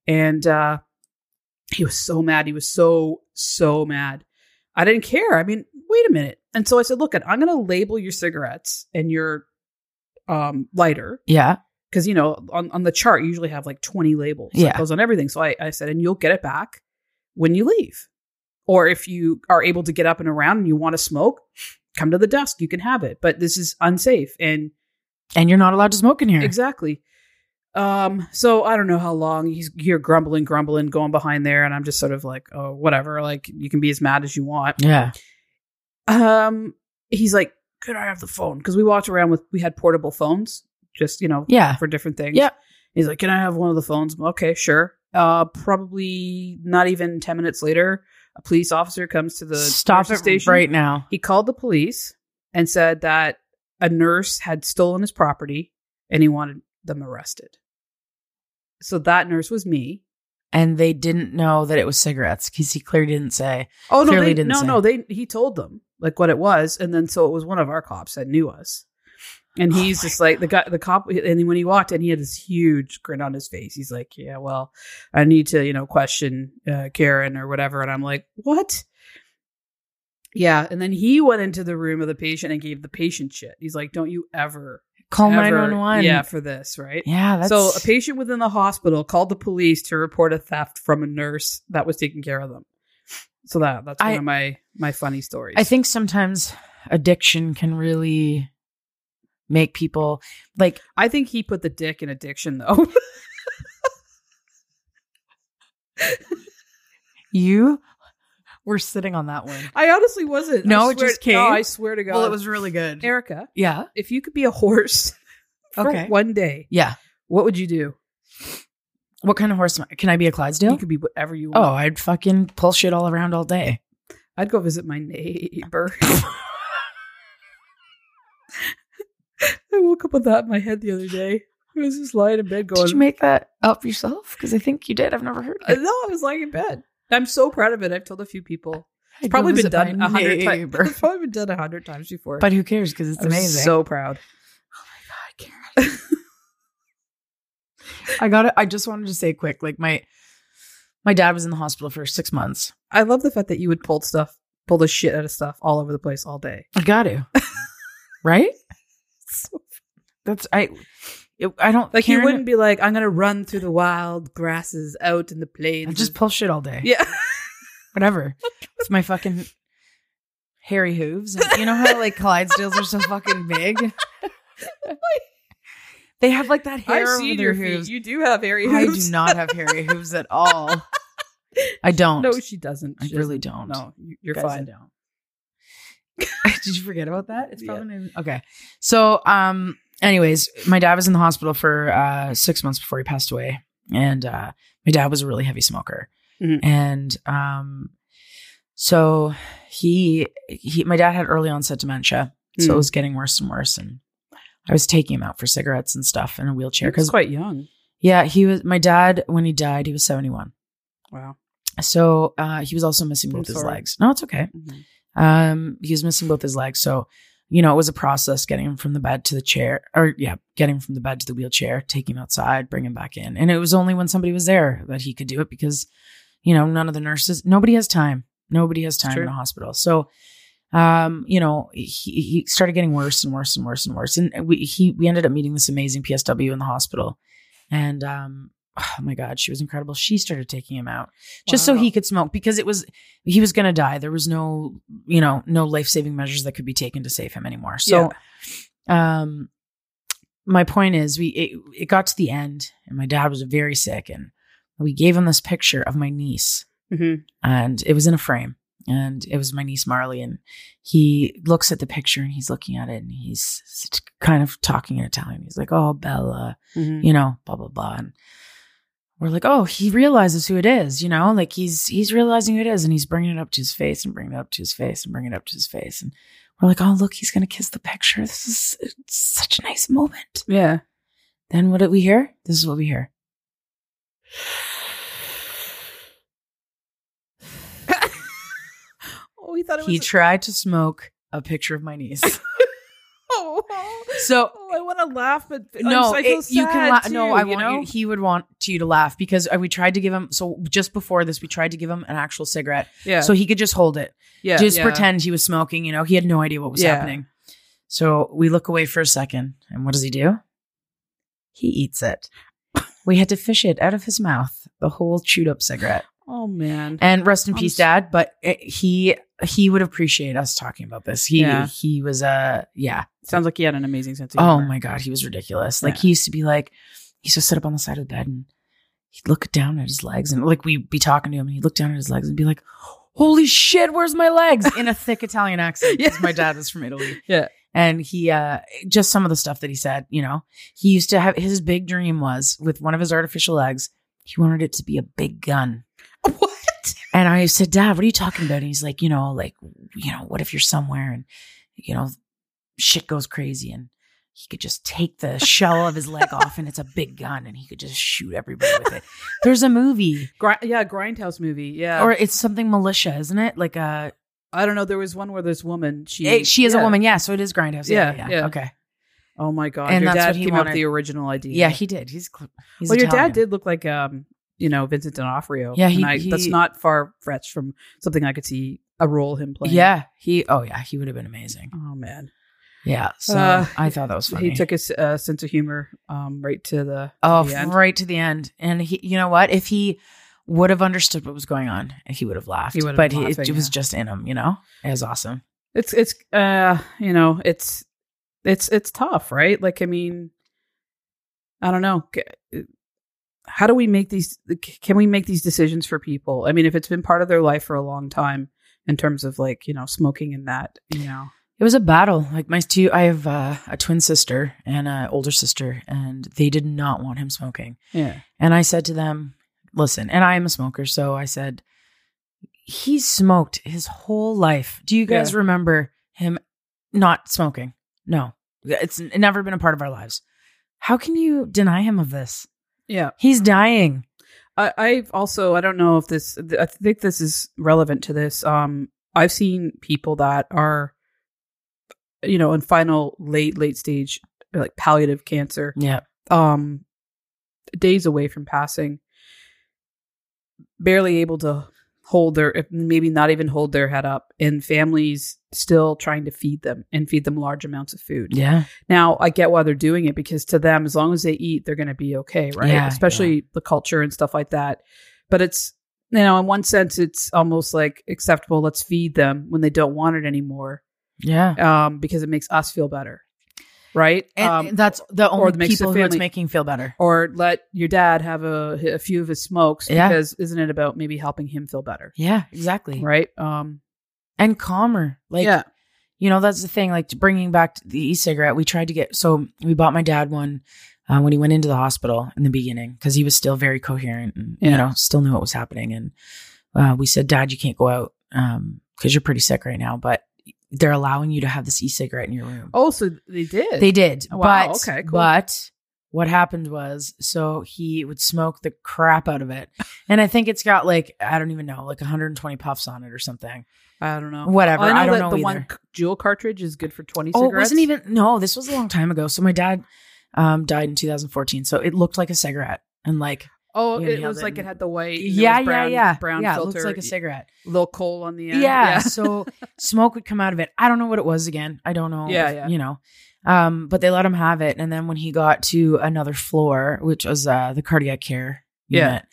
And uh, he was so mad. He was so, so mad. I didn't care. I mean, wait a minute. And so I said, look, I'm going to label your cigarettes and your um, lighter
Yeah.
because you know on, on the chart you usually have like 20 labels that
Yeah.
goes on everything so I, I said and you'll get it back when you leave or if you are able to get up and around and you want to smoke come to the desk you can have it but this is unsafe and
And you're not allowed to smoke in here.
exactly um so i don't know how long he's you're grumbling grumbling going behind there and i'm just sort of like oh whatever like you can be as mad as you want
Yeah.
um he's like could i have the phone because we walked around with we had portable phones just you know
Yeah.
for different things.
Yeah.
He's like, Can I have one of the phones? Okay, sure. Uh probably not even ten minutes later, a police officer comes to the
Stop it
nurse's station.
right now.
He called the police and said that a nurse had stolen his property and he wanted them arrested. So that nurse was me.
And they didn't know that it was cigarettes because he clearly didn't say.
Oh no,
Clearly
they,
didn't
no,
say.
no. They he told them like what it was, and then so it was one of our cops that knew us, and
Oh
he's
my
just like the guy, the cop, and when he walked in, he had this huge grin on his face. He's like, "Yeah, well, I need to you know question uh, Karen or whatever," and I'm like, "What?" Yeah, and then he went into the room of the patient and gave the patient shit. He's like, "Don't you ever
Call
ever-
911.
Yeah, for this, right?
Yeah. That's,
So a patient within the hospital called the police to report a theft from a nurse that was taking care of them. So that that's
I-
one of my my funny stories.
I think sometimes addiction can really make people like
I think he put the dick in addiction though.
you were sitting on that one.
I honestly wasn't. I
No, it
swear-
just came.
No, I swear to God.
really good.
Erica.
Yeah.
If you could be a horse for
Okay.
one day,
Yeah.
what would you do?
What kind of horse? am I- Can I be a Clydesdale?
You could be whatever you
Oh,
want.
I'd fucking pull shit all around all day.
I'd go visit my neighbor. I woke up with that in my head the other day. I was just lying in bed going,
Did you make that up yourself? Because I think you did. I've never heard.
Uh,
It.
no, I was lying in bed. I'm so proud of it. I've told a few people.
I'd go
Probably been
visit
done
my
a hundred times.
neighbor.
It's probably been done a hundred times before.
But who cares? Because it's
I was
amazing.
So proud.
God, Karen. I got it. I just wanted to say quick, like my my dad was in the hospital for six months.
I love the fact that you would pull stuff, pull the shit out of stuff all over the place all day.
I got to, right? That's I. It, I don't
Like
Karen,
you wouldn't be like, I'm gonna run through the wild grasses out in the plains.
I just
and-"
pull shit all day.
yeah.
whatever. With my fucking hairy hooves. And you know how like Clydesdales are so fucking big? they have like that hair
I've
over
seen
their
your feet.
hooves.
You do have hairy
I
hooves.
do not have hairy hooves at all. I don't.
No, she doesn't.
I
She
really don't.
doesn't. No, you- you're
Guys, I
fine.
don't. Did you forget about that? It's
Yeah.
probably not even- okay. So, um, anyways, my dad was in the hospital for uh, six months before he passed away, and uh, my dad was a really heavy smoker,
Mhm.
and um, so he he my dad had early onset dementia, so
Mm.
it was getting worse and worse, and I was taking him out for cigarettes and stuff in a wheelchair
Because
because
quite young.
yeah, he was my dad when he died, he was seventy one.
Wow.
So uh, he was also missing
I'm
both his
sorry.
legs. No, it's okay.
Mhm.
Um, he was missing both his legs, so you know it was a process getting him from the bed to the chair, or yeah, getting him from the bed to the wheelchair, taking him outside, bring him back in, and it was only when somebody was there that he could do it because you know none of the nurses, nobody has time, nobody has time in
true.
a hospital, so. Um, you know, he, he started getting worse and worse and worse and worse. And we, he, we ended up meeting this amazing PSW in the hospital and, um, oh my God, she was incredible. She started taking him out just so
Wow.
he could smoke because it was he was going to die. There was no, you know, no life-saving measures that could be taken to save him anymore. So um my point is we it, it got to the end and my dad was very sick and we gave him this picture of my niece Mm-hmm.
Mhm.
and it was in a frame and it was my niece Marley and he looks at the picture and he's looking at it and he's s- kind of talking in Italian. He's like, "Oh, Bella,
Mhm.
you know, blah blah blah. And we're like, oh, he realizes who it is, you know, like he's he's realizing who it is, and he's bringing it up to his face and bringing it up to his face and bringing it up to his face, and we're like, oh, look, he's gonna kiss the picture. This is it's such a nice moment.
Yeah.
Then what did we hear? This is what we hear.
Oh, he thought it was. Oh,
He tried to smoke a picture of my niece.
oh know.
So
Oh, I want to laugh, but I'm-
no,
I feel
it- you
sad
can. La- no,
too,
I
you
want
know?
you. He would want you to laugh because uh, we tried to give him. So just before this, we tried to give him an actual cigarette,
Yeah,
so he could just hold it,
yeah,
just
yeah.
pretend he was smoking. You know, he had no idea what was
Yeah.
happening. So we look away for a second, and what does he do? He eats it. we had to fish it out of his mouth, the whole chewed up cigarette.
Oh man,
And rest in
I'm
peace,
s-
Dad. But uh, he he would appreciate us talking about this. He
Yeah.
he was uh yeah.
sounds like he had an amazing sense of
Oh
humor.
my god, he was ridiculous. Like
Yeah.
he used to be like, he used to sit up on the side of the bed and he'd look down at his legs and like we'd be talking to him and he'd look down at his legs and be like, "Holy shit, where's my legs?" in a thick Italian accent.
Yeah.
Because my dad was from Italy.
Yeah.
and he uh just some of the stuff that he said. You know, he used to have his big dream was with one of his artificial legs. He wanted it to be a big gun.
What?
And I said, Dad, what are you talking about? And he's like, you know, like, you know, what if you're somewhere and, you know, shit goes crazy and he could just take the shell of his leg off and it's a big gun and he could just shoot everybody with it. There's a movie
Gri- yeah, grindhouse movie. Yeah,
or it's something militia, isn't it? Like uh,
I don't know. There was one where this woman, she
eh, she is
yeah.
a woman. Yeah. So it is Grindhouse. Yeah.
Yeah,
Yeah.
yeah.
Okay.
Oh my god,
And
your
that's
dad
what he
came up with
wanted.
the original idea.
Yeah. He did. He's, cl- he's
well, your
Italian.
dad did look like um, you know, Vincent D'Onofrio.
Yeah, he-
and I, that's
he-
not far fetched from something I could see a role him playing.
Yeah. He, oh, yeah. He would have been amazing.
Oh man,
Yeah. So
Uh,
I thought that was funny.
he took his uh, sense of humor um right to the
Oh,
to the end.
right to the end. And he, you know what? If he would have understood what was going on, he would have laughed.
He would have
but
been
he, it,
laughing,
was
yeah.
just in him, you know? It was awesome.
It's it's uh you know it's it's it's tough, right? Like I mean, I don't know. C- How do we make these? c- Can we make these decisions for people? I mean, if it's been part of their life for a long time, in terms of like you know smoking and that, you know,
It was a battle. Like my two, I have uh, a twin sister and an older sister, and they did not want him smoking.
yeah,
And I said to them, listen, and I am a smoker. So I said, he smoked his whole life. Do you guys
Yeah.
remember him not smoking? No, it's never been a part of our lives. How can you deny him of this?
yeah.
He's dying.
I, I've also I don't know if this th- I think this is relevant to this. Um, I've seen people that are, you know, in final late late stage like palliative cancer
Yeah.
um days away from passing barely able to hold their if maybe not even hold their head up and families still trying to feed them and feed them large amounts of food
Yeah.
now i get why they're doing it because to them as long as they eat they're going to be okay right
Yeah,
especially the culture and stuff like that but it's you know in one sense it's almost like acceptable let's feed them when they don't want it anymore
Yeah.
um because it makes us feel better right
And
um,
that's the
or
only
it makes the
people who it's
family-
making feel better.
or let your dad have a, a few of his smokes
Yeah.
because isn't it about maybe helping him feel better
Yeah, exactly.
right um
And calmer. Like,
yeah
you know, that's the thing. Like bringing back the e-cigarette, we tried to get. So we bought my dad one uh, when he went into the hospital in the beginning because he was still very coherent and
Yeah.
you know still knew what was happening. And uh, we said, Dad, you can't go out because you're pretty sick right now, but they're allowing you to have this e-cigarette in your room.
oh so they did
They did.
Oh, wow.
But,
Okay, cool.
But what happened was, so he would smoke the crap out of it. And I think it's got like, I don't even know, like 120 puffs on it or something.
i don't know
Whatever.
Oh, i know
I don't
that
know
the
either.
one c- jewel cartridge is good for 20
Oh, it
cigarettes
wasn't even, no, this was a long time ago. So my dad um, died in 2014. So it looked like a cigarette. And like,
oh
you
it
nailed
was
it.
like it had the white and it
yeah,
was brown,
yeah, yeah.
brown
yeah, it
filter
looks like a cigarette.
little coal on the
Yeah.
end
so smoke would come out of it. I don't know what it was again. I don't know.
Yeah,
if-
yeah.
You know. Um, but they let him have it. And then when he got to another floor, which was uh the cardiac care
Yeah.
unit,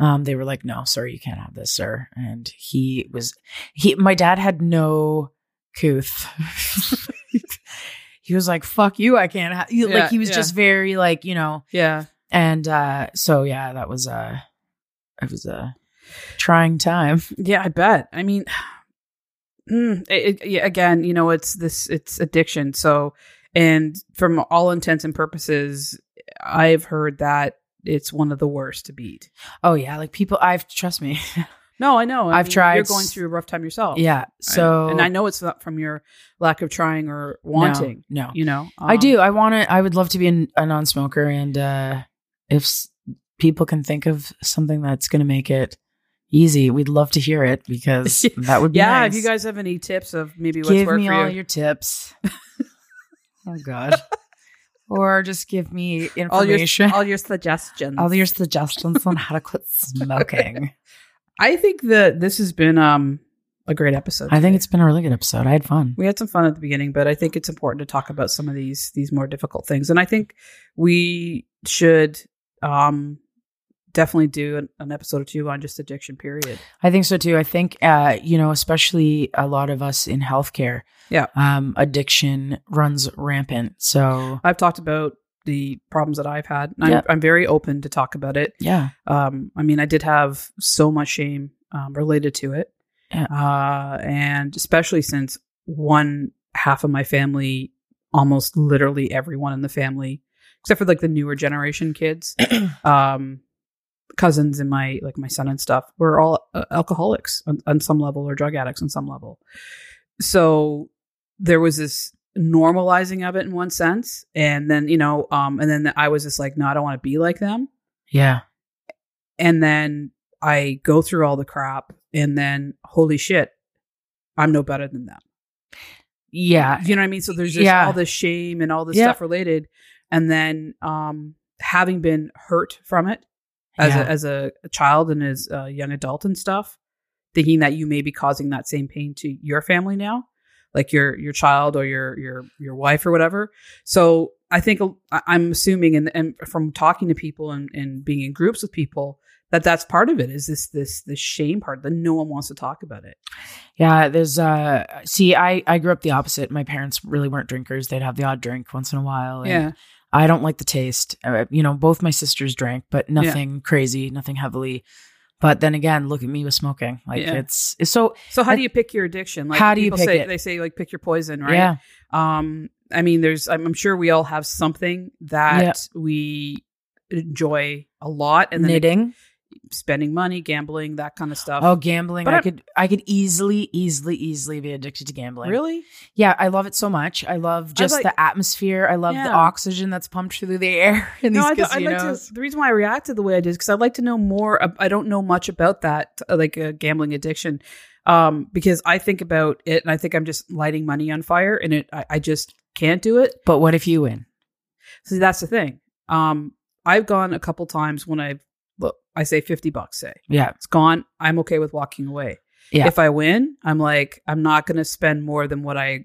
um, they were like, No, sorry, you can't have this, sir. And he was he my dad had no couth. he was like, Fuck you, I can't have
Yeah,
like he was
yeah.
just very like, you know,
yeah
and uh so yeah, that was uh it was a trying time.
Yeah, I bet. I mean, mm, it, it- yeah, again, you know, it's this, it's addiction. So, and from all intents and purposes, I've heard that it's one of the worst to beat.
Oh yeah, like people I've trust me.
No, I know. I
I've tried
You're going
s-
through a rough time yourself.
Yeah.
I-
So
and I know it's not from your lack of trying or
no,
wanting.
No,
You know,
I
Um,
do. I want to. I would love to be an, a non-smoker, and uh, if s- people can think of something that's going to make it easy, we'd love to hear it because that would be
Yeah,
Nice.
if you guys have any tips of maybe what's
give
worked
me
for
all
you,
your tips. Oh God. or just give me
All your
information.
all your suggestions.
all your suggestions on how to quit smoking.
I think that this has been um a great episode.
I think
today.
it's been a really good episode. I had fun.
we had some fun at the beginning, but I think it's important to talk about some of these these more difficult things. And I think we should um definitely do an, an episode or two on just addiction. Period.
I think so too. I think uh, you know, especially a lot of us in healthcare,
Yeah.
um, addiction runs rampant. So
I've talked about the problems that I've had. And I'm,
Yep.
I'm very open to talk about it.
yeah,
Um, I mean, I did have so much shame um, related to it,
Yeah.
uh, and especially since one half of my family, almost literally everyone in the family, except for like the newer generation kids, um, cousins and my like my son and stuff, were all uh, alcoholics on, on some level or drug addicts on some level. So there was this normalizing of it in one sense, and then you know, um, and then I was just like, no, I don't want to be like them
yeah,
and then I go through all the crap, and then holy shit, I'm no better than them.
yeah.
You know what I mean? So there's just
Yeah.
all this shame and all this
Yeah.
stuff related, and then um, having been hurt from it as
Yeah.
a, as a child and as a young adult and stuff, thinking that you may be causing that same pain to your family now, like your your child or your your your wife or whatever. So I think uh, I- I'm assuming and and from talking to people and and being in groups with people that that's part of it is this this this shame part that no one wants to talk about it.
Yeah, there's uh see I I grew up the opposite. My parents really weren't drinkers. They'd have the odd drink once in a while. and I don't like the taste. Uh, you know, both my sisters drank, but nothing crazy, nothing heavily. But then again, look at me with smoking. Like
Yeah.
it's, it's so
So how
I-
do you pick your addiction? Like
How do you
people
pick
say
it?
they say like pick your poison, right?
yeah.
um i mean there's i'm, I'm sure we all have something that
Yeah.
we enjoy a lot and then
knitting.
spending money gambling that kind of stuff
Oh, gambling!
But
I
I'm-
could I could easily, easily, easily be addicted to gambling.
really
Yeah, I love it so much. I love just
like-
the atmosphere. I love the
Yeah.
oxygen that's pumped through the air in
no
these
I th- I'd like
casinos.
to, the reason why i reacted the way i did because i'd like to know more ab- i don't know much about that uh, like uh, gambling addiction um because i think about it and i think i'm just lighting money on fire and it i, I just can't do it
but what if you win?
so that's the thing um i've gone a couple times when i've look i say 50 bucks say
Yeah,
it's gone. I'm okay with walking away.
Yeah.
If I win, I'm like, I'm not going to spend more than what I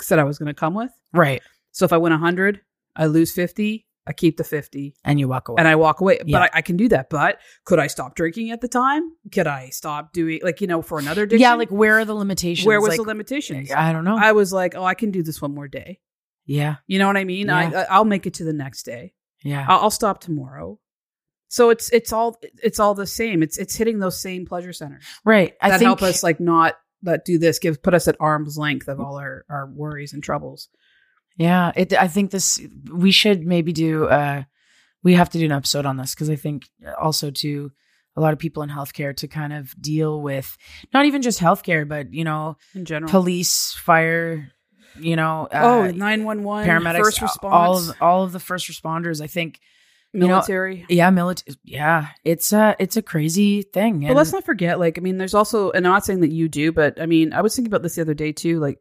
said I was going to come with.
right.
So if I win 100, I lose 50, I keep the 50
And you walk away.
and I walk away.
Yeah.
But I, I can do that. But could I stop drinking at the time? Could I stop doing, like, you know, for another addiction?
yeah, like where are the limitations?
where was
Like,
the limitations?
I don't know.
I was like, oh, I can do this one more day.
yeah,
You know what I mean? I, I'll make it to the next day.
yeah.
I'll, I'll stop tomorrow. So it's it's all it's all the same. It's it's hitting those same pleasure centers.
Right. I
that
think
help us like not let do this give put us at arm's length of all our our worries and troubles
Yeah, it I think this we should maybe do uh we have to do an episode on this because I think uh, also to a lot of people in healthcare to kind of deal with not even just healthcare but you know
in general.
police, fire, you know,
oh,
uh,
911,
paramedics,
first
a-
response,
all of, all of the first responders, I think you know-
military.
yeah, military yeah, it's a it's a crazy thing.
but
and-
let's not forget, like, I mean, there's also, and I'm not saying that you do, but I mean, I was thinking about this the other day too, like,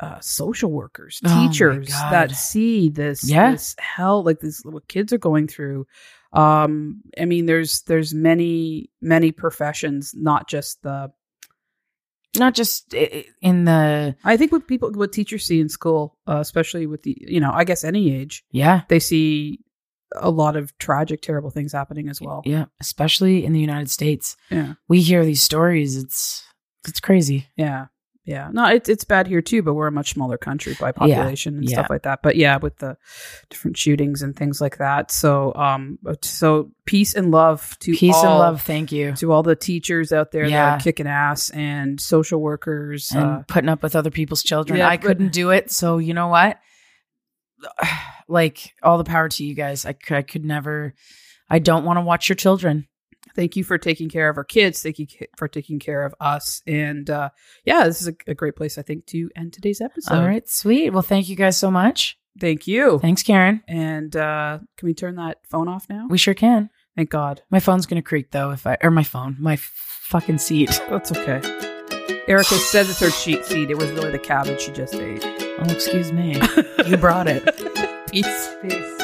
uh, social workers,
Oh my
teachers
God.
that see this,
Yeah.
this hell, like this, what kids are going through. Um, I mean, there's, there's many, many professions, not just the,
not just i- i- in the
I think what people, what teachers see in school, uh, especially with the, you know, I guess any age,
yeah,
they see a lot of tragic, terrible things happening as well.
yeah, especially in the United States.
Yeah.
We hear these stories, it's it's crazy.
Yeah. Yeah. No, it's it's bad here too, but we're a much smaller country by population and
Yeah.
stuff like that. But yeah, with the different shootings and things like that. So um but- so peace and love to
Peace and
all-
love. Thank you.
to all the teachers out there that
Yeah.
are kicking ass and social workers.
and
uh,
putting up with other people's children.
Yeah,
I
but-
couldn't do it. So you know what? Like all the power to you guys. I could, I could never. I don't want to watch your children.
thank you for taking care of our kids. Thank you ca- for taking care of us. And uh yeah, this is a, a great place I think to end today's episode.
all right, sweet. Well, thank you guys so much.
Thank you.
Thanks, Karen.
And uh, can we turn that phone off now?
We sure can.
Thank God.
My phone's gonna creak though if I or my phone, my fucking seat.
That's okay. Erica says it's her cheat seed. It was really the cabbage she just ate.
Oh, excuse me. you brought it. Peace.
Peace.